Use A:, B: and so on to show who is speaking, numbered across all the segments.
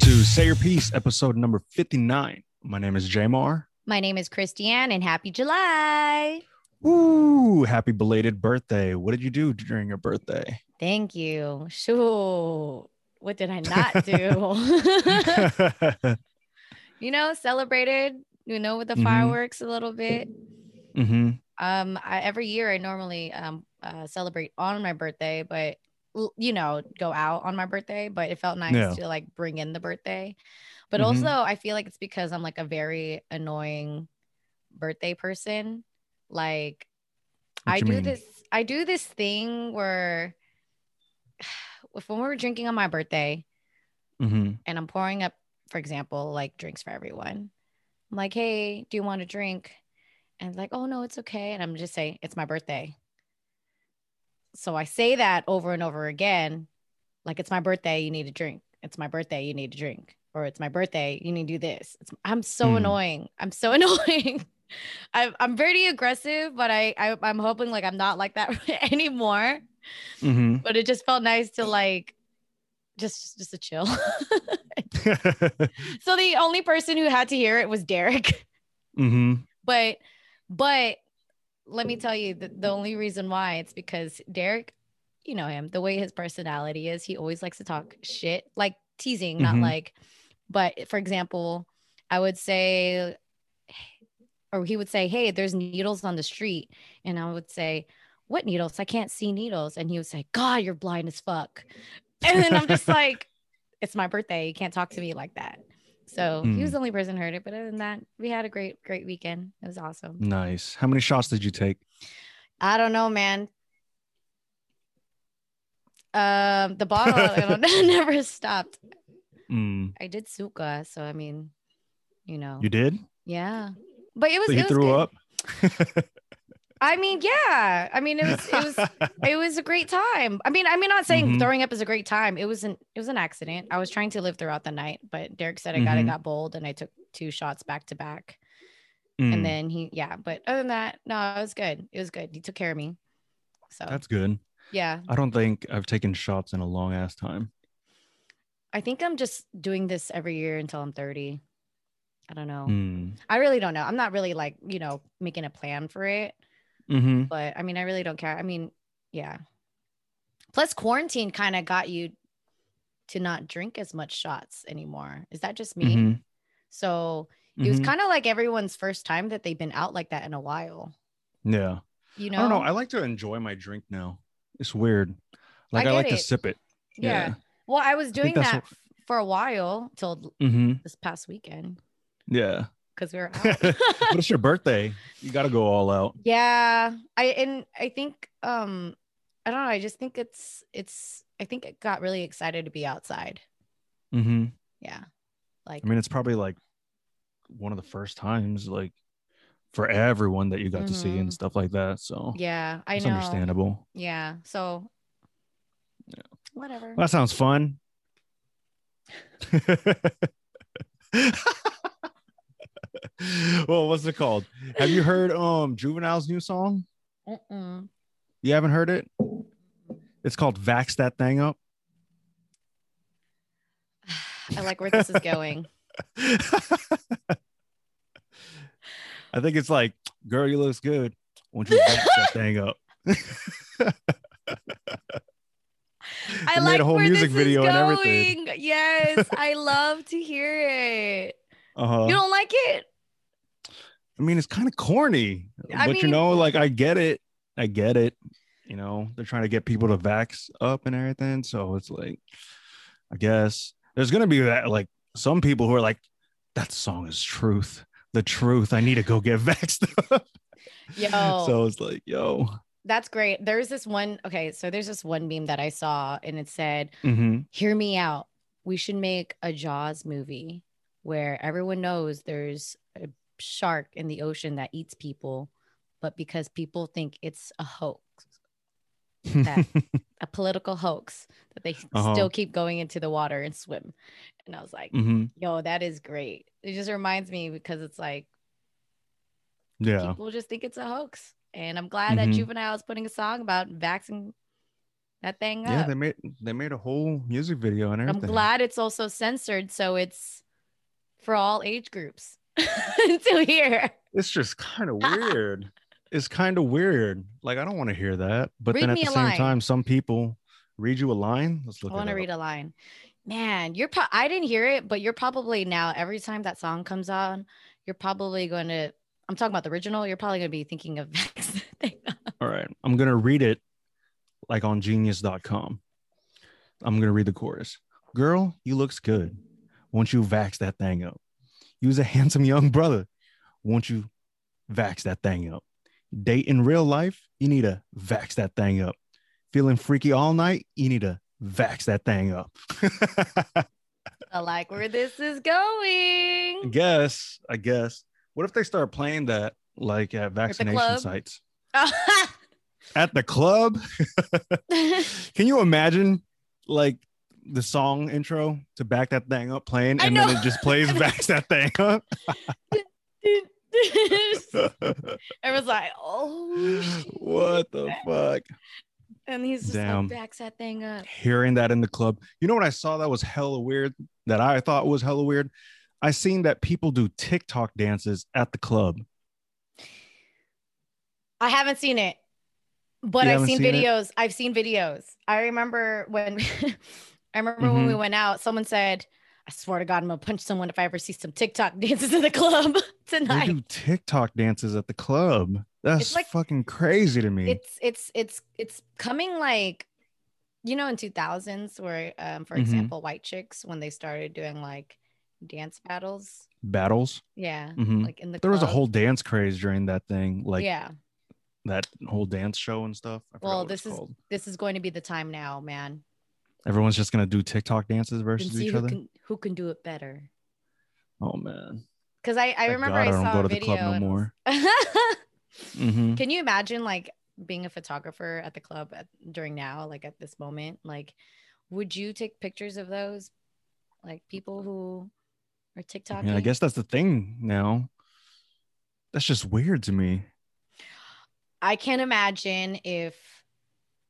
A: to Say Your Piece, episode number 59. My name is Jamar.
B: My name is Christiane and happy July.
A: Woo! Happy belated birthday. What did you do during your birthday?
B: Thank you. Shoot. What did I not do?
A: mm-hmm.
B: you know, celebrated, you know, with the
A: Mhm.
B: fireworks a little bit. Um, I, every year I normally um uh, celebrate on my birthday, but l- you know, go out on my birthday. But it felt nice
A: Yeah.
B: to like bring in the birthday. But
A: Mhm.
B: also, I feel like it's because I'm like a very annoying birthday person. Like
A: What
B: I
A: you
B: do
A: mean?
B: this I do this thing where if when we were drinking on my birthday
A: Mhm.
B: and I'm pouring up, for example, like drinks for everyone. I'm like, hey, do you want a drink? And it's like, oh no, it's okay. And I'm just saying, it's my birthday. So I say that over and over again, like it's my birthday, you need a drink. It's my birthday, you need a drink. Or it's my birthday, you need to do this. It's, I'm so
A: Hmm.
B: annoying. I'm so annoying. I'm, I'm very aggressive, but I, I I'm hoping like I'm not like that anymore.
A: Mhm.
B: But it just felt nice to like just just to chill. So the only person who had to hear it was Derek.
A: Mhm.
B: But but let me tell you the, the only reason why it's because Derek, you know him, the way his personality is, he always likes to talk shit, like teasing, not
A: Mhm.
B: like but for example, I would say or he would say, "Hey, there's needles on the street." And I would say, "What needles? I can't see needles." And he would say, "God, you're blind as fuck." And then I'm just like, "It's my birthday. You can't talk to me like that." So he was the only person who heard it. But other than that, we had a great, great weekend. It was awesome.
A: Nice. How many shots did you take?
B: I don't know, man. Um, the bottle I don't- never stopped.
A: Mm.
B: I did suka, so I mean, you know,
A: You did?
B: yeah. But it was.
A: So
B: it
A: you
B: was
A: threw
B: good.
A: up?
B: I mean, yeah. I mean, it was. It was. it was a great time. I mean, I mean, not saying
A: Mhm.
B: throwing up is a great time. It was an it was an accident. I was trying to live throughout the night, but Derek said I got I
A: Mhm.
B: got bold and I took two shots back to back.
A: Mm.
B: And then he yeah, but other than that, no, it was good. It was good. He took care of me. So
A: That's good.
B: yeah.
A: I don't think I've taken shots in a long ass time.
B: I think I'm just doing this every year until I'm 30. I don't know.
A: Mm.
B: I really don't know. I'm not really like, you know, making a plan for it.
A: Mhm.
B: but I mean, I really don't care. I mean, yeah. Plus, quarantine kind of got you to not drink as much shots anymore. Is that just me?
A: Mhm.
B: So it was
A: Mhm.
B: kind of like everyone's first time that they've been out like that in a while.
A: yeah.
B: You know?
A: I don't know. I like to enjoy my drink now. It's weird. Like
B: I
A: I, like
B: get
A: to
B: it.
A: sip it.
B: yeah. Well, I was doing
A: that's
B: that
A: what-
B: for a while till
A: Yeah. hmm
B: this past weekend
A: Yeah.
B: because we were out.
A: but it's your birthday. You got to go all out.
B: Yeah, I and I think um I don't know, I just think it's it's I think it got really excited to be outside.
A: hmm
B: Yeah. Like
A: I mean, it's probably like one of the first times, like for everyone that you got to see and
B: Mhm.
A: stuff like that. So
B: yeah, I
A: it's
B: know.
A: understandable.
B: Yeah. So whatever.
A: Well, that sounds fun. well, what's it called? Have you heard um Juvenile's new song?
B: Mm-mm.
A: You haven't heard it? It's called Vax That Thing Up.
B: I like where this is going.
A: I think it's like, girl, you looks good. Won't you vax that thing up?
B: I
A: They made
B: like
A: a whole
B: where
A: music
B: this
A: video
B: is
A: and
B: going.
A: everything.
B: Yes, I love to hear it.
A: Uh-huh.
B: You don't like it?
A: I mean, it's kind of corny,
B: I
A: but you
B: mean-
A: know, like I get it. I get it. You know, they're trying to get people to vax up and everything. So it's like, I guess there's going to be that, like some people who are like, that song is truth. The truth. I need to go get vaxxed up.
B: Yo.
A: So it's like, yo.
B: That's great. There's this one. Okay, so there's this one meme that I saw and it said,
A: Mm-hmm.
B: "Hear me out. We should make a Jaws movie where everyone knows there's a shark in the ocean that eats people, but because people think it's a hoax, that a political hoax that they
A: Uh-huh.
B: still keep going into the water and swim. And I was like,
A: hmm
B: yo, that is great. It just reminds me because it's like
A: Yeah.
B: people just think it's a hoax. And I'm glad that
A: Mhm.
B: Juvenile is putting a song about vaccine that thing
A: yeah,
B: up.
A: they made they made a whole music video and
B: I'm
A: everything.
B: glad it's also censored, so it's for all age groups to hear.
A: It's just kind of weird. it's kind of weird. Like I don't want to hear that, but
B: Read
A: then at
B: me
A: the
B: a
A: same
B: line.
A: time, some people read you a line. Let's look.
B: I want to read a line. Man, you're pro- I didn't hear it, but you're probably now every time that song comes on, you're probably going to. I'm talking about the original. You're probably going to be thinking of Vax.
A: All right, I'm gonna read it like on Genius.com. I'm gonna read the chorus. Girl, you looks good. Won't you vax that thing up? You's a handsome young brother. Won't you vax that thing up? Date in real life, you need to vax that thing up. Feeling freaky all night, you need to vax that thing up.
B: I like where this is going.
A: guess, I guess. What if they start playing that like at vaccination
B: club?
A: sites? At the club? Can you imagine like the song intro to back that thing up playing
B: I
A: and then
B: know.
A: it just plays back that thing up?
B: Everyone's like, oh, shit.
A: what the fuck?
B: and he's just
A: Damn.
B: like, Vax that thing up.
A: Hearing that in the club. You know what I saw that was hella weird that I thought was hella weird? I seen that people do TikTok dances at the club.
B: I haven't seen it, but
A: You
B: I've
A: haven't
B: seen,
A: seen it?
B: videos. I've seen videos. I remember when I remember when
A: Mm-hmm.
B: we went out, someone said, I swear to God, I'm gonna punch someone if I ever see some TikTok dances in the club
A: They
B: tonight.
A: do TikTok dances at the club. That's
B: like-
A: fucking crazy to me.
B: It's it's it's it's coming like you know in 2000s where um for
A: Mhm.
B: example white chicks when they started doing like dance battles.
A: Battles.
B: Yeah.
A: Mhm.
B: Like in the
A: There was a
B: club.
A: whole dance craze during that thing, like
B: yeah.
A: that whole dance show and stuff. I forgot
B: Well,
A: what it's
B: this is-
A: called.
B: This is going to be the time now, man.
A: Everyone's just gonna do TikTok dances
B: And
A: versus
B: see
A: each
B: who
A: other.
B: can who can do it better.
A: Oh man,
B: Because I, I
A: Thank God
B: remember I,
A: I don't
B: saw
A: go
B: a
A: to the
B: video.
A: club no
B: and I was-
A: Mhm.
B: Can you imagine like being a photographer at the club at, during now, like at this moment? Like, would you take pictures of those, like people who are
A: I,
B: TikTok?
A: mean, I guess that's the thing now. That's just weird to me.
B: I can't imagine if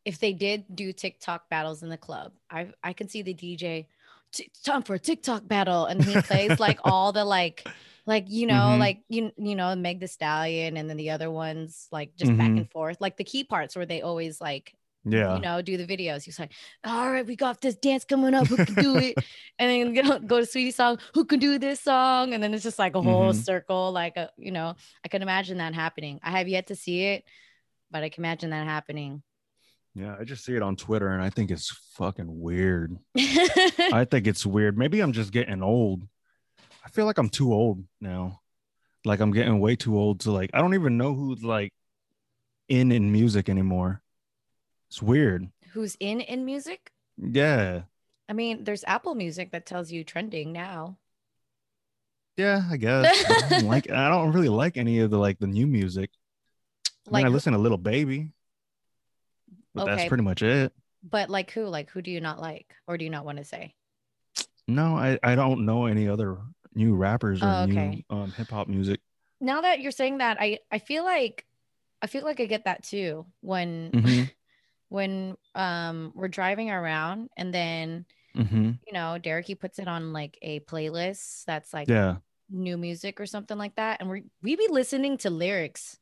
B: if they did do TikTok battles in the club. I I can see the DJ. "T- Time for a TikTok battle, and he plays like all the like, like you know,
A: Mhm.
B: like you you know, Meg the Stallion, and then the other ones like just back
A: Mhm.
B: and forth, like the key parts where they always like
A: Yeah,
B: you know, do the videos. He's like, all right, we got this dance coming up. Who can do it? and then you know, go to Sweetie song. Who can do this song? And then it's just like a whole
A: Mhm.
B: circle. Like, a, you know, I can imagine that happening. I have yet to see it, but I can imagine that happening.
A: yeah. I just see it on Twitter, and I think it's fucking weird.
B: I,
A: I think it's weird. Maybe I'm just getting old. I feel like I'm too old now. Like I'm getting way too old to like. I don't even know who's like in in music anymore. It's weird.
B: Who's in in music?
A: Yeah,
B: I mean, there's Apple Music that tells you trending now.
A: yeah. I guess But I don't like. I don't really like any of the like the new music. I
B: Like,
A: mean, I
B: who-
A: listen to Little Baby, but
B: Okay.
A: that's pretty much it.
B: but like who? Like who do you not like, or do you not want to say?
A: No, I, I don't know any other new rappers or
B: Oh, okay.
A: new um, hip hop music.
B: now that you're saying that i i feel like i feel like i get that too when
A: Mhm.
B: when um we're driving around and then
A: Mm-hmm.
B: you know derek he puts it on like a playlist that's like
A: Yeah.
B: new music or something like that and we we be listening to lyrics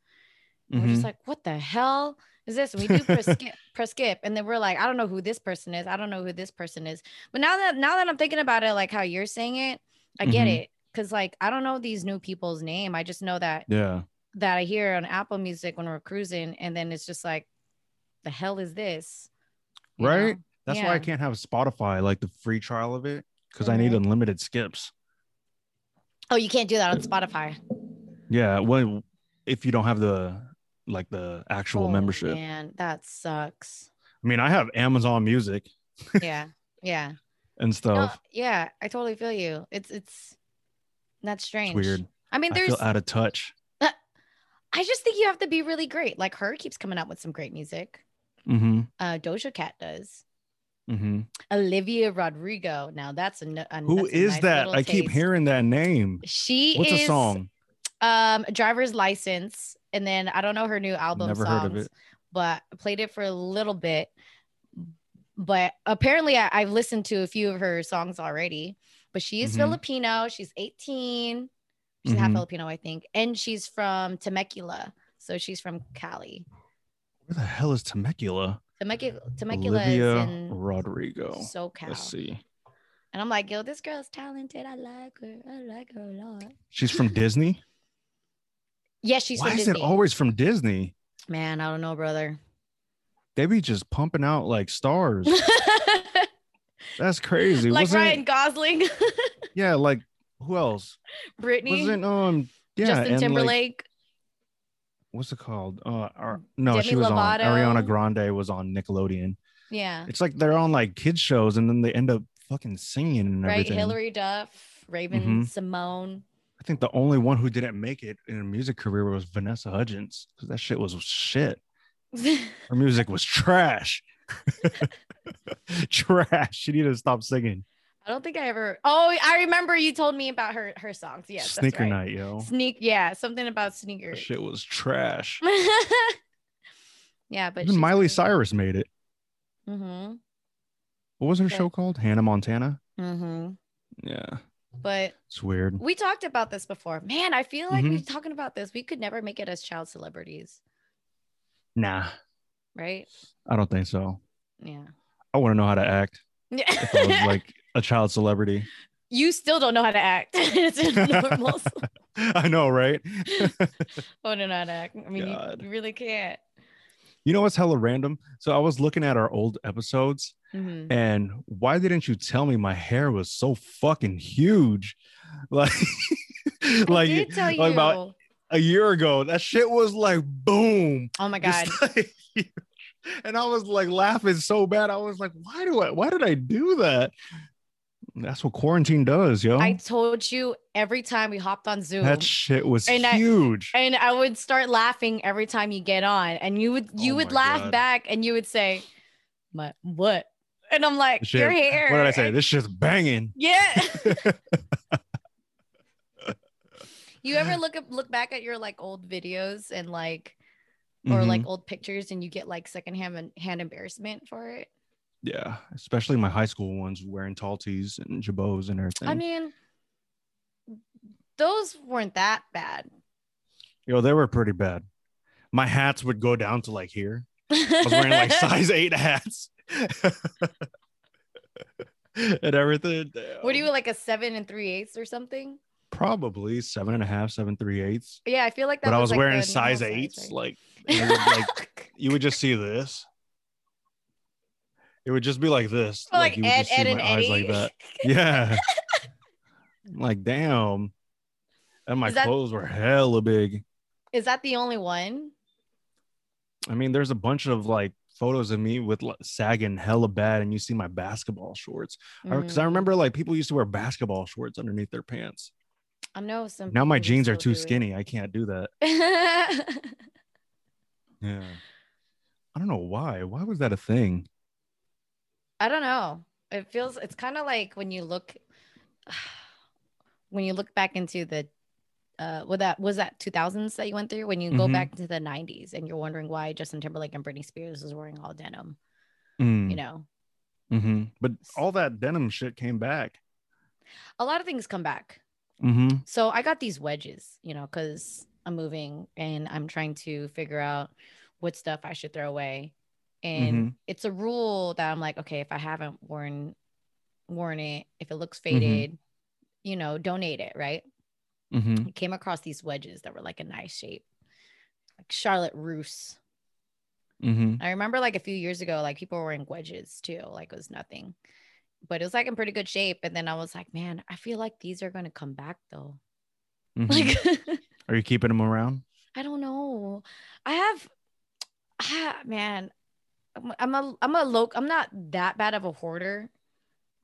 B: and we're
A: Mhm.
B: just like what the hell is this and we do press skip press skip and then we're like i don't know who this person is i don't know who this person is but now that now that i'm thinking about it like how you're saying it i get
A: Mhm.
B: it because like i don't know these new people's name i just know that
A: yeah.
B: that I hear on Apple Music when we're cruising, and then it's just like, the hell is this? You
A: Right?
B: know?
A: That's why
B: Yeah.
A: I can't have Spotify, like the free trial of it, because I need
B: Mhm.
A: unlimited skips.
B: Oh, you can't do that on Spotify.
A: Yeah. Well, if you don't have the like the actual
B: oh,
A: membership,
B: Man, that sucks.
A: I mean, I have Amazon Music
B: Yeah, yeah,
A: and
B: No,
A: stuff.
B: yeah. I totally feel you. It's it's that's
A: it's
B: strange.
A: weird.
B: I mean,
A: I
B: there's.
A: feel
B: I,
A: out of touch.
B: just think you have to be really great. Like her keeps coming out with some great music.
A: Mm-hmm.
B: Uh, Doja Cat does.
A: Mm-hmm.
B: Olivia Rodrigo. Now that's a, no- a
A: Who
B: that's a
A: is
B: nice
A: that?
B: little
A: I keep
B: taste.
A: hearing that name.
B: She
A: What's
B: is
A: a song?
B: um driver's license and then i don't know her new album
A: Never
B: songs
A: heard of it.
B: but I played it for a little bit But apparently, I, I've listened to a few of her songs already. But she is
A: Mhm.
B: Filipino. She's 18. She's half
A: Mhm.
B: Filipino, I think. And she's from Temecula. So she's from Cali.
A: Where the hell is Temecula?
B: Temecula, Temecula
A: Olivia
B: is in
A: Rodrigo. Let's
B: SoCal.
A: see.
B: And I'm like, yo, this girl's talented. I like her. I like her a lot.
A: She's from Disney.
B: Yeah, she's
A: Why
B: from
A: is
B: Disney.
A: it always from Disney?
B: Man, I don't know, brother.
A: They be just pumping out like stars. That's crazy.
B: like
A: Wasn't-
B: Ryan Gosling,
A: Yeah, like who else?
B: Britney,
A: Wasn't um yeah
B: Justin
A: and, like,
B: Timberlake. Mm,
A: what's it called? Uh, or, no,
B: Demi
A: she was
B: Lovato.
A: on Ariana Grande was on Nickelodeon.
B: yeah.
A: It's like they're on like kids shows and then they end up fucking singing and
B: Right.
A: everything.
B: Hillary Duff, Raven
A: Mhm.
B: Simone.
A: I think the only one who didn't make it in her music career was Vanessa Hudgens because that shit was shit. Her music was trash. trash. She needed to stop singing.
B: I don't think I ever. Oh, I remember you told me about her her songs. Yes, that's
A: Sneaker
B: right.
A: night, yo.
B: Sneak, yeah, something about
A: That
B: sneakers.
A: shit was trash.
B: yeah, but
A: Even Miley Cyrus made it.
B: Mm-hmm.
A: What was her
B: Yeah.
A: show called? Hannah Montana.
B: Mm-hmm.
A: Yeah,
B: But
A: it's weird.
B: we talked about this before. Man, I feel like we're
A: Mm-hmm.
B: talking about this. We could never make it as child celebrities,
A: Nah,
B: right?
A: I don't think so.
B: Yeah.
A: I want to know how to act if I was
B: Yeah.
A: like a child celebrity.
B: you still don't know how to act. it's normal.
A: I know, right?
B: oh, no, not act. I mean, you,
A: God.
B: you really can't.
A: you know what's hella random? So I was looking at our old episodes,
B: Mhm.
A: and why didn't you tell me my hair was so fucking huge? Like,
B: I
A: like,
B: did tell you.
A: like about a year ago, that shit was like boom.
B: oh my God.
A: Just, like, huge. and I was like laughing so bad. I was like, why do I why did I do that? That's what quarantine does, yo.
B: I told you every time we hopped on Zoom.
A: that shit was
B: And I-
A: huge.
B: and I would start laughing every time you get on, and you would you
A: Oh
B: would
A: my
B: laugh
A: God.
B: back, and you would say, "My what?" And I'm like,
A: Shit.
B: "Your hair."
A: what did I say?
B: And-
A: This shit's banging.
B: yeah. you ever look up look back at your like old videos and like or
A: Mm-hmm.
B: like old pictures, and you get like secondhand and hand embarrassment for it?
A: yeah, especially my high school ones wearing tall tees and jabots and everything.
B: I mean, those weren't that bad.
A: yo, they were pretty bad. My hats would go down to like here. I was wearing like size eight hats and everything.
B: what do
A: Damn.
B: you like a seven and three eighths or something?
A: probably seven and a half, seven three eighths.
B: Yeah, I feel like that.
A: But I was
B: like,
A: wearing
B: the normal
A: size eights.
B: right?
A: Like, and it would, like you would just see this. It would just be like this.
B: like,
A: you would
B: Ed,
A: just see
B: Ed, and
A: my eyes
B: Eddie.
A: like that. Yeah. I'm like, damn. And my
B: Is that-
A: clothes were hella big.
B: Is that the only one?
A: I mean, there's a bunch of like photos of me with like, sagging hella bad, and you see my basketball shorts. Because I
B: Mm.
A: remember like people used to wear basketball shorts underneath their pants.
B: Hmm, I know some.
A: Now my
B: people
A: jeans are
B: still
A: too
B: do it.
A: skinny. I can't do that. Yeah. I don't know why. Why was that a thing?
B: I don't know. It feels. It's kind of like when you look, when you look back into the, uh, well, that was that 2000s that you went through. When you go
A: Mhm.
B: back to the 90s and you're wondering why Justin Timberlake and Britney Spears was wearing all denim. You know,
A: hmm Mm, But all that denim shit came back.
B: a lot of things come back.
A: Mm-hmm.
B: So I got these wedges, you know, because I'm moving and I'm trying to figure out what stuff I should throw away. And it's a rule that I'm like, okay, if I haven't worn worn it, if it looks faded, you know, donate it, right?
A: Mm-hmm.
B: I came across these wedges that were like a nice shape. Like Charlotte Roos.
A: Mm-hmm.
B: I remember like a few years ago, like people were wearing wedges too, like it was nothing. But it was like in pretty good shape. And then I was like, man, I feel like these are gonna come back though. Like
A: mm-hmm. Are you keeping them around?
B: I don't know. I have, ah, man, I'm- I'm a, I'm a loc. I'm not that bad of a hoarder,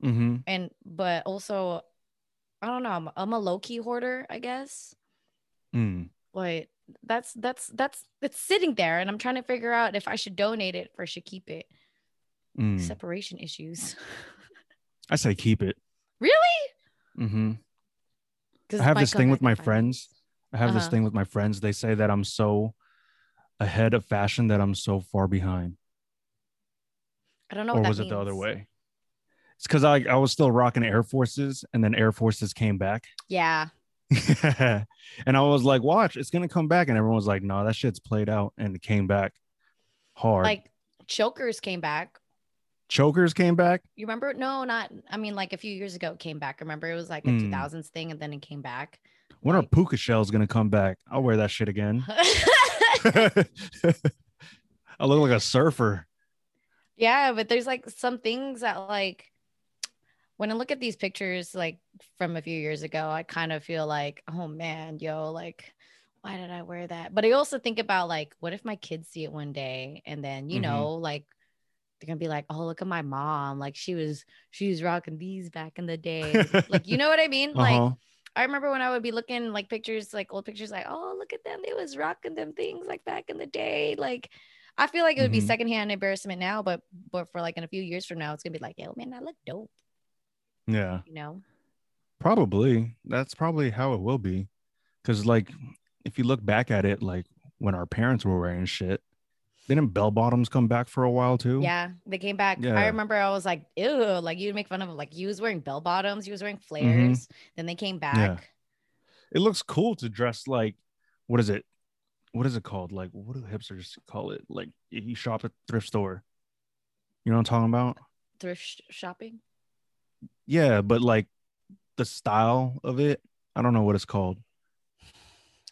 A: Mm-hmm.
B: and but also, I don't know. I'm, I'm a low key hoarder, I guess.
A: Mm.
B: Like that's that's that's it's sitting there, and I'm trying to figure out if I should donate it or should keep it.
A: Mm.
B: Separation issues.
A: I say keep it.
B: really?
A: Mm-hmm.
B: 'Cause
A: I have
B: might
A: this
B: come
A: thing with
B: back
A: my
B: and find
A: friends.
B: us.
A: I have this
B: Uh-huh.
A: thing with my friends. They say that I'm so ahead of fashion that I'm so far behind.
B: I don't know
A: or
B: what that
A: was it the
B: means.
A: other way? It's because I I was still rocking Air Forces, and then Air Forces came back,
B: Yeah.
A: and I was like, "Watch, it's gonna come back," and everyone was like, "No, that shit's played out," and it came back hard.
B: Like chokers came back.
A: Chokers came back.
B: You remember? No, not. I mean, like a few years ago, it came back. Remember, it was like a
A: Mm.
B: 2000s thing, and then it came back.
A: When are
B: Like-
A: puka shells gonna come back? I'll wear that shit again. I look like a surfer.
B: yeah, but there's like some things that like when I look at these pictures like from a few years ago, I kind of feel like, oh man, yo, like why did I wear that? But I also think about like, what if my kids see it one day and then you
A: Mhm.
B: know like. They're gonna be like, oh, look at my mom. Like she was, she was rocking these back in the day. like, you know what I mean? Like,
A: Uh-huh.
B: I remember when I would be looking like pictures, like old pictures, like, oh, look at them. They was rocking them things like back in the day. Like, I feel like it would be
A: Mhm.
B: secondhand embarrassment now, but but for like in a few years from now, it's gonna be like, yo, man, I look dope,
A: Yeah.
B: you know?
A: Probably. That's probably how it will be. Cause like if you look back at it, like when our parents were wearing shit, didn't bell bottoms come back for a while too?
B: Yeah, they came back.
A: Yeah.
B: I remember I was like, ew, like you'd make fun of them. Like you was wearing bell bottoms, you was wearing flares.
A: Mm-hmm.
B: Then they came back.
A: It looks cool to dress like what is it? What is it called? Like what do hipsters call it? Like if you shop at thrift store. You know what I'm talking about?
B: Thrift sh- shopping.
A: Yeah, but like the style of it, I don't know what it's called.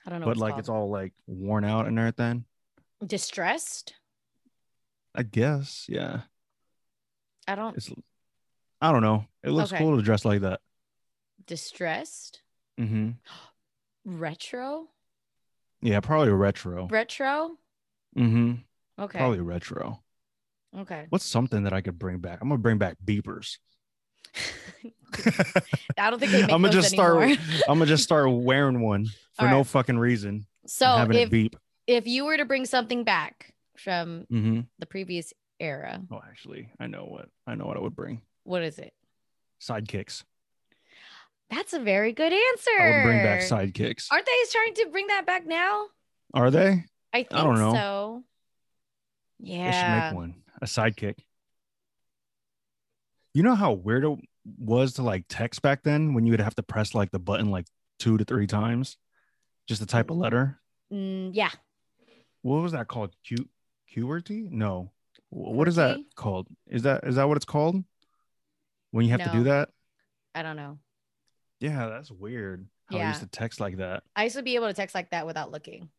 B: I don't know.
A: but like it's all like worn out and everything.
B: all distressed.
A: I guess. Yeah.
B: I don't
A: It's I don't know. It looks
B: Okay.
A: cool to dress like that.
B: distressed.
A: Mm-hmm.
B: Retro.
A: Yeah, probably retro.
B: Retro.
A: mm-hmm.
B: Okay.
A: Oh. Probably retro.
B: Okay.
A: What's something that I could bring back? I'm gonna bring back beepers.
B: I don't think they make
A: I'ma
B: those
A: just start-
B: anymore.
A: I'm gonna just start wearing one for
B: All
A: no
B: right.
A: fucking reason. and
B: so
A: having it
B: if
A: beep.
B: if you were to bring something back from
A: Mm-hmm.
B: the previous era,
A: Oh, actually, I know what I know what I would bring.
B: what is it?
A: Sidekicks.
B: That's a very good answer.
A: I would bring back sidekicks.
B: Aren't they trying to bring that back now?
A: Are they?
B: I think
A: don't know.
B: so.
A: They should
B: Yeah.
A: make one. A sidekick. You know how weird it was to like text back then when you would have to press like the button like two to three times just to type a letter?
B: Mm, yeah.
A: what was that called? Q QWERTY? No. Wh- What is that
B: QWERTY?
A: called? Is that is that what it's called? When you have to do
B: No.
A: that?
B: I don't know.
A: Yeah, that's weird. How I used to text like that.
B: I used to be able to text like that without looking.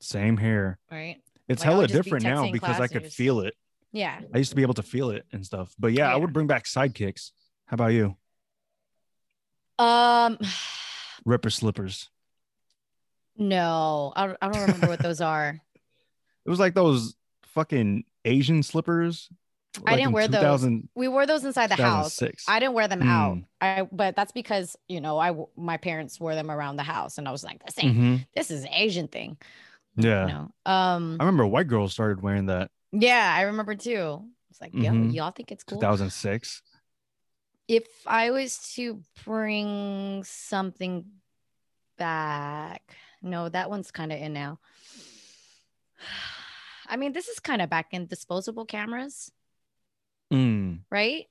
A: Same here.
B: Right.
A: It's
B: Like, I would
A: hella
B: just be
A: different
B: texting
A: now
B: in
A: because
B: class
A: I
B: and
A: could
B: just-
A: feel it.
B: Yeah.
A: I used to be able to feel it and stuff. But yeah, I
B: Yeah.
A: would bring back sidekicks. How about you?
B: Um.
A: Ripper slippers.
B: No, I don't, I don't remember what those are.
A: It was like those fucking Asian slippers.
B: I didn't wear those. We wore those inside the house. I didn't wear them out.
A: Mm.
B: I but that's because you know I w- my parents wore them around the house, and I was like, this ain't
A: hmm
B: this is an Asian thing.
A: Yeah.
B: You know. Um.
A: I remember white girls started wearing that
B: yeah, I remember too. It's like, yo,
A: Mhm.
B: y'all think it's cool.
A: 2006.
B: If I was to bring something back, no, that one's kind of in now. I mean, this is kind of back in disposable cameras,
A: Mm.
B: right?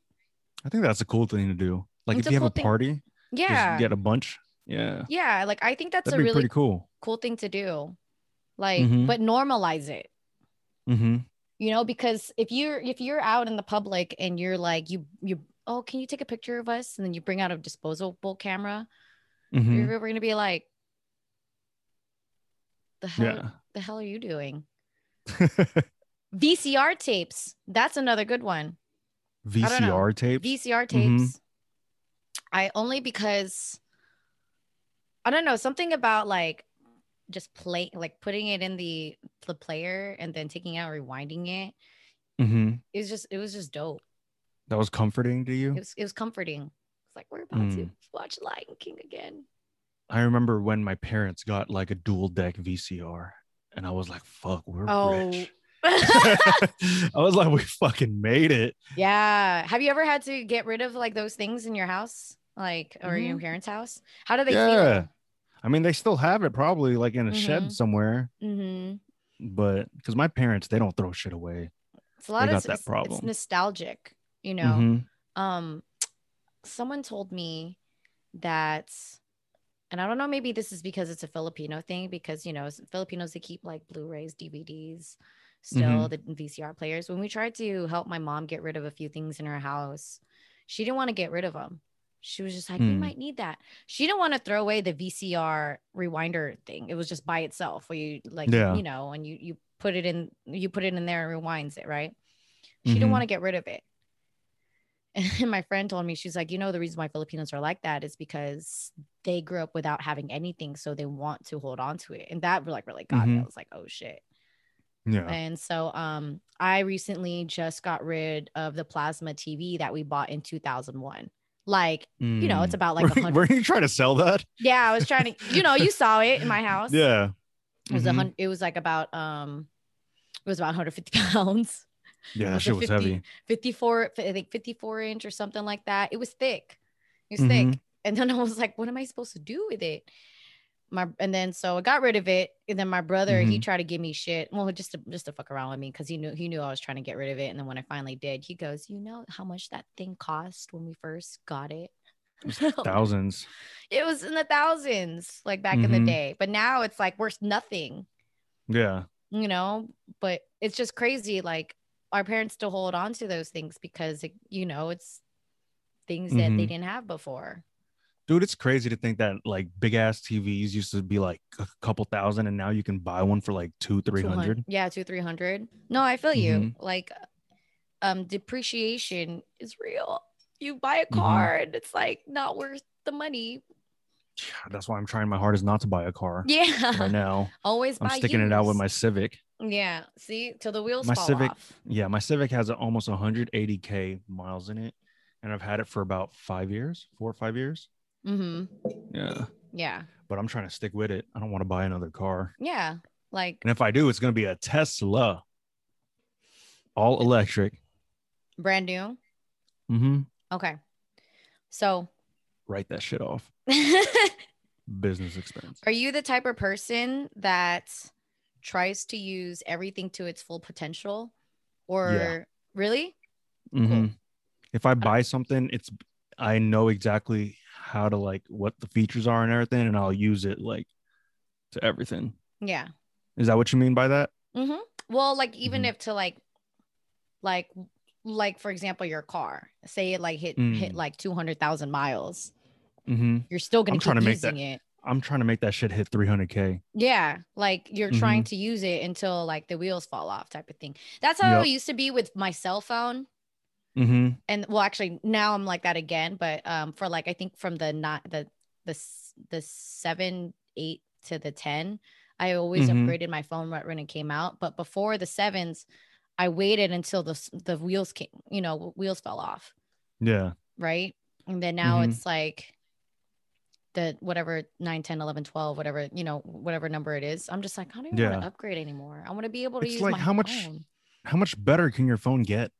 A: I think that's a cool thing to do. Like
B: It's
A: if
B: a
A: you
B: cool
A: have a
B: thing.
A: party,
B: Yeah.
A: just get a bunch. Yeah.
B: yeah. Like, I think that's
A: That'd be
B: a really
A: pretty cool.
B: cool thing to do like
A: Mhm.
B: but normalize it
A: Mm-hmm.
B: you know because if you're if you're out in the public and you're like you you oh can you take a picture of us and then you bring out a disposable camera
A: hmm
B: we're, we're gonna be like the hell
A: Yeah.
B: the hell are you doing vcr tapes that's another good one
A: VCR tapes.
B: VCR
A: Mhm.
B: tapes. I only because I don't know something about like just play like putting it in the the player and then taking out rewinding it.
A: hmm
B: It was just it was just dope.
A: That was comforting to
B: It
A: you.
B: was it was comforting. It's like we're about
A: Hmm.
B: to watch Lion King again.
A: I remember when my parents got like a dual deck VCR, and I was like, "Fuck, we're
B: Oh.
A: rich." I was like, "We fucking made it."
B: yeah. Have you ever had to get rid of like those things in your house? Like or in your
A: Mhm.
B: parents' house? How do they
A: yeah. I mean, they still have it probably like in a shed somewhere,
B: feel? Mm-hmm.
A: but because my parents, they don't throw shit away.
B: It's a lot
A: They got
B: of
A: that
B: it's- It's
A: problem.
B: nostalgic, you know.
A: Mhm.
B: um someone told me that and i don't know maybe this is because it's a filipino thing because you know s- filipinos they keep like blu-rays dvds still
A: Mm-hmm.
B: the vcr players when we tried to help my mom get rid of a few things in her house she didn't want to get rid of them she was just like we
A: Hmm.
B: might need that she didn't want to throw away the vcr rewinder thing it was just by itself where you like
A: Yeah.
B: you know and you you put it in you put it in there and rewinds it right she didn't
A: Mhm.
B: want to get rid of it. And my friend told me, she's like, you know, the reason why Filipinos are like that is because they grew up without having anything. So they want to hold on to it. And that like really got me. I
A: Mhm.
B: was like, oh shit.
A: Yeah.
B: And so um I recently just got rid of the plasma TV that we bought in 2001. Like, you know, it's about like a
A: Mm. were,
B: hundred.
A: you trying to sell that?
B: Yeah, I was trying to, you know, you saw it in my house.
A: Yeah.
B: It was a
A: Mhm.
B: hundred, it was like about um it was about 150 pounds.
A: Yeah,
B: like
A: that
B: a
A: shit was
B: 50
A: heavy.
B: 54 i think 54 inch or something like that it was thick it was thick
A: Mhm.
B: and then i was like what am i supposed to do with it my and then so i got rid of it and then my brother he
A: Mhm.
B: tried to give me shit well just to just to fuck around with me because he knew he knew i was trying to get rid of it and then when i finally did he goes you know how much that thing cost when we first got it Oh.
A: Thousands.
B: it was in the thousands like back in
A: Mhm.
B: the day but now it's like worth nothing
A: Yeah.
B: you know but it's just crazy like our parents still hold on to those things because it, you know it's things that they
A: Mhm.
B: didn't have before
A: Dude, it's crazy to think that like big ass TVs used to be like a couple thousand and now you can buy one for like two, three
B: 200
A: hundred. Mm-hmm.
B: yeah two three hundred no i feel you like um depreciation is real you buy
A: Mhm.
B: a car and it's like not worth the money
A: That's why I'm trying my hardest not to buy a car
B: yeah
A: right now.
B: always
A: I'm
B: buy
A: sticking it out with
B: used.
A: my Civic.
B: yeah see till the wheels
A: my
B: fall
A: Civic-
B: off
A: Yeah, my Civic has almost 180k miles in it, and I've had it for about five years, four or five years.
B: mm-hmm.
A: Yeah,
B: yeah
A: but I'm trying to stick with it. I don't want to buy another car,
B: yeah like
A: and if I do, it's gonna be a Tesla, all electric.
B: brand new
A: Mm-hmm.
B: okay so
A: Write that shit off. Business expense.
B: Are you the type of person that tries to use everything to its full potential? Or really?
A: Mhm. If I buy something, it's I know exactly how to like what the features are and everything, and I'll use it like to everything.
B: Yeah.
A: Is that what you mean by that?
B: hmm Well, like even
A: Mhm.
B: if to like, like, like for example, your car, say it like hit hit
A: Mm.
B: like two hundred thousand miles,
A: Mm-hmm.
B: you're still gonna
A: I'm
B: keep
A: trying to make that-
B: using it.
A: I'm trying to make that shit hit 300k.
B: Yeah, like you're trying
A: Mm-hmm.
B: to use it until like the wheels fall off, type of thing. That's how
A: Yep.
B: it used to be with my cell phone.
A: Mm-hmm.
B: and well actually now i'm like that again but um for like i think from the not the the s- the seven eight to the ten i always
A: Mhm.
B: upgraded my phone right when it came out but before the sevens i waited until the s- the wheels came you know wheels fell off
A: Yeah.
B: right and then now
A: Mhm.
B: it's like the whatever 9 10 11 12 whatever you know whatever number it is i'm just like i don't even want
A: Yeah.
B: to upgrade anymore i want to be able to
A: It's
B: use
A: like,
B: my
A: how much-
B: phone.
A: How much better can your phone get?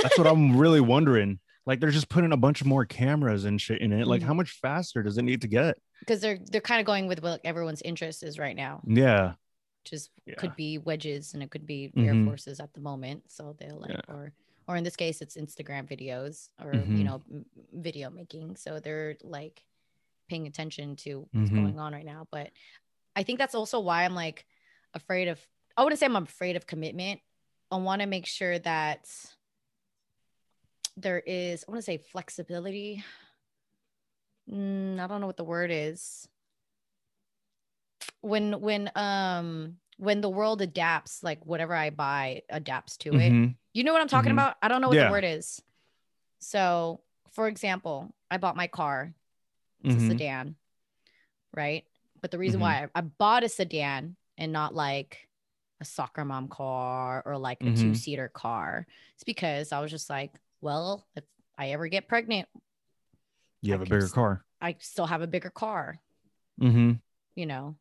A: That's what I'm really wondering. Like they're just putting a bunch more cameras and shit in it. Like
B: Mhm.
A: how much faster does it need to get?
B: because they're they're kind of going with what everyone's interest is right now
A: Yeah.
B: which is
A: Yeah.
B: could be wedges and it could be air
A: Mhm.
B: forces at the moment so they'll like
A: Yeah.
B: or or in this case it's instagram videos or you
A: Mhm.
B: know m- video making so they're like paying attention to what's
A: Mhm.
B: going on right now but i think that's also why i'm like afraid of i wouldn't say i'm afraid of commitment i want to make sure that there is i want to say flexibility Mm, i don't know what the word is when when um when the world adapts like whatever i buy adapts to it
A: Mhm.
B: you know what i'm talking
A: Mhm.
B: about i don't know what
A: Yeah.
B: the word is so for example i bought my car it's a
A: Mhm.
B: sedan right but the reason
A: Mm-hmm.
B: why I, I bought a sedan and not like a soccer mom car or like a
A: Mhm.
B: two-seater car it's because i was just like well if i ever get pregnant
A: You have
B: I
A: a
B: could
A: bigger
B: just-
A: car.
B: i still have a bigger car
A: Mm-hmm.
B: you know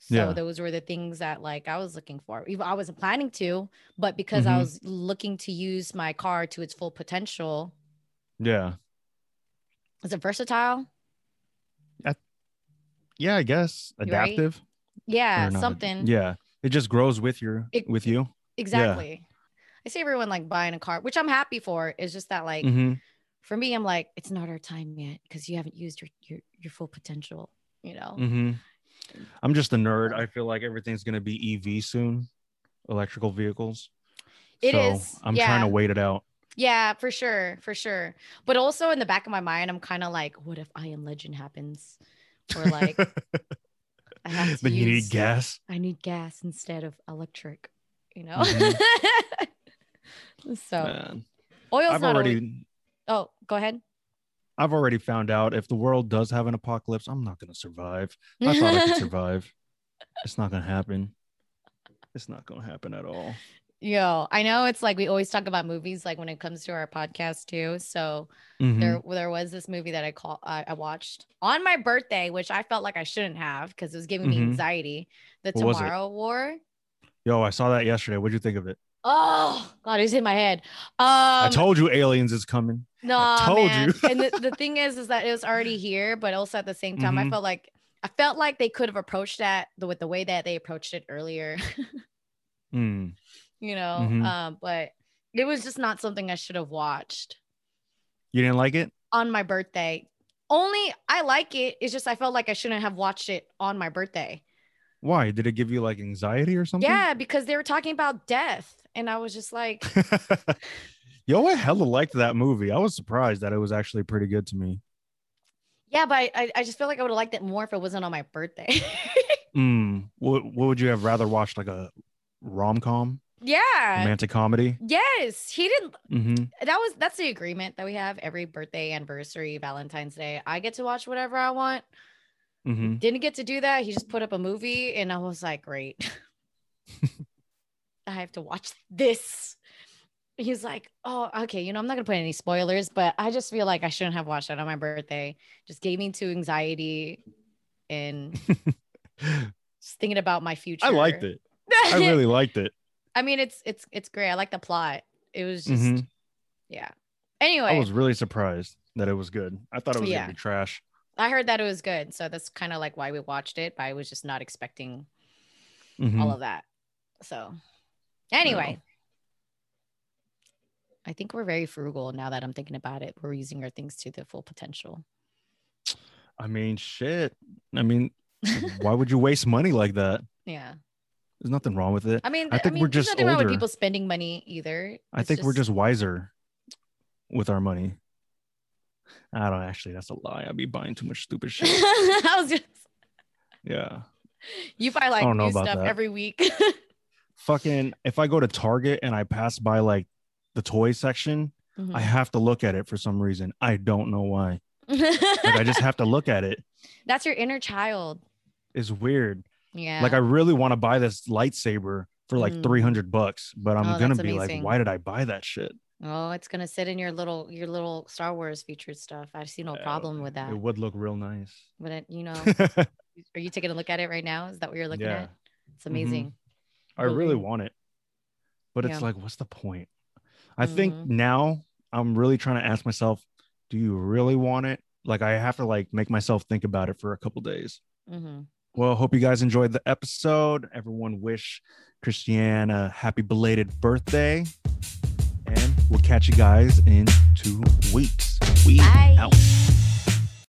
B: so
A: Yeah.
B: those were the things that like i was looking for even i wasn't planning to but because i
A: Mhm.
B: was looking to use my car to its full potential
A: Yeah.
B: is it versatile
A: Yeah, I guess.
B: Right?
A: Adaptive. or
B: yeah
A: not ad-
B: something
A: Yeah. It just grows with your
B: It-
A: with you.
B: exactly i I see everyone like buying a car, which I'm happy for. It's just that like
A: Mhm.
B: for me, I'm like, it's not our time yet because you haven't used your your, your full potential, you know.
A: Mhm. I'm just a nerd. I feel like everything's gonna be EV soon, electrical vehicles.
B: It
A: so
B: is,
A: I'm trying
B: yeah.
A: to wait it out.
B: Yeah, for sure, for sure. But also in the back of my mind, I'm kind of like, what if I am legend happens? Or like I have to
A: then you
B: use-
A: need gas.
B: I need gas instead of electric, you know? so
A: Man,
B: oil's
A: Mm-hmm. I've
B: not
A: already
B: always- oh, go ahead.
A: I've already found out if the world does have an apocalypse, I'm not gonna survive. I thought I could survive. It's not gonna happen. It's not gonna happen at all.
B: Yo, I know it's like we always talk about movies like when it comes to our podcast too. So
A: Mhm.
B: there there was this movie that I call I, I watched on my birthday, which I felt like I shouldn't have because it was giving me
A: Mhm.
B: anxiety. The
A: What was it?
B: Tomorrow War.
A: Yo, I saw that yesterday. What'd you think of it?
B: Oh God, it's in my head. Um,
A: I told you aliens is coming.
B: no,
A: told
B: man.
A: you.
B: and the, the thing is, is that it was already here, but also at the same time, I
A: Mhm.
B: felt like I felt like they could have approached that the, with the way that they approached it earlier,
A: Hmm.
B: you know.
A: Mhm.
B: Um, but it was just not something I should have watched
A: You didn't like it?
B: on my birthday. Only I like it. It's just I felt like I shouldn't have watched it on my birthday.
A: Why? Did it give you like anxiety or something?
B: Yeah, because they were talking about death, and I was just like,
A: Yo, I hella liked that movie. I was surprised that it was actually pretty good to me.
B: yeah, but I, I just feel like I would have liked it more if it wasn't on my birthday.
A: Mm. What What would you have rather watched? Like a rom com,
B: yeah.
A: romantic comedy?
B: Yes, he didn't.
A: hmm
B: That was that's the agreement that we have every birthday, anniversary, Valentine's Day. I get to watch whatever I want.
A: hmm
B: Didn't get to do that. He just put up a movie, and I was like, great. I have to watch this. He's like, oh, okay. You know, I'm not gonna put any spoilers, but I just feel like I shouldn't have watched that on my birthday. Just gave me to anxiety and just thinking about my future.
A: Mm-hmm. I liked it. I really liked it.
B: I mean, it's it's it's great. I like the plot. It was just
A: Mhm.
B: yeah. Anyway,
A: I was really surprised that it was good. I thought it was
B: Yeah.
A: gonna be trash.
B: I heard that it was good, so that's kind of like why we watched it. But I was just not expecting
A: Mhm.
B: all of that. So, anyway, I think we're very frugal now that I'm thinking about it. We're using our things to their full potential.
A: I mean, shit. I mean, why would you waste money like that?
B: yeah,
A: There's nothing wrong with it.
B: I mean,
A: I
B: th- I
A: think
B: mean,
A: we're
B: there's
A: just
B: nothing wrong with
A: older.
B: people spending money either.
A: I
B: It's
A: think we're just wiser with our money. I don't actually. That's a lie. I'd be buying too much stupid shit.
B: I was just
A: yeah.
B: you buy like
A: don't know
B: new
A: about
B: stuff
A: that.
B: every week.
A: Fucking. If I go to Target and I pass by like the toy section,
B: Mm.
A: I have to look at it for some reason. I don't know why. Like I just have to look at it.
B: Mm-hmm. That's your inner child.
A: It's weird.
B: Yeah.
A: Like I really want to buy this lightsaber for like
B: Mm.
A: 300 bucks, but I'm
B: Oh,
A: gonna
B: that's
A: be
B: amazing.
A: like, why did I buy that shit?
B: oh, it's gonna sit in your little your little Star Wars featured stuff. I see no
A: Uh,
B: problem with that.
A: It would look real nice.
B: But it, you know, Are you taking a look at it right now? Is that what you're looking
A: Yeah. Mm-hmm.
B: at? It's amazing.
A: I really
B: Moving.
A: want it, but it's
B: Yeah.
A: like, what's the point? I think
B: Mhm.
A: now I'm really trying to ask myself, do you really want it? Like, I have to like make myself think about it for a couple days.
B: Mhm.
A: Well, hope you guys enjoyed the episode. Everyone, wish Christiane a happy belated birthday, and we'll catch you guys in two weeks. We
B: Bye.
A: out.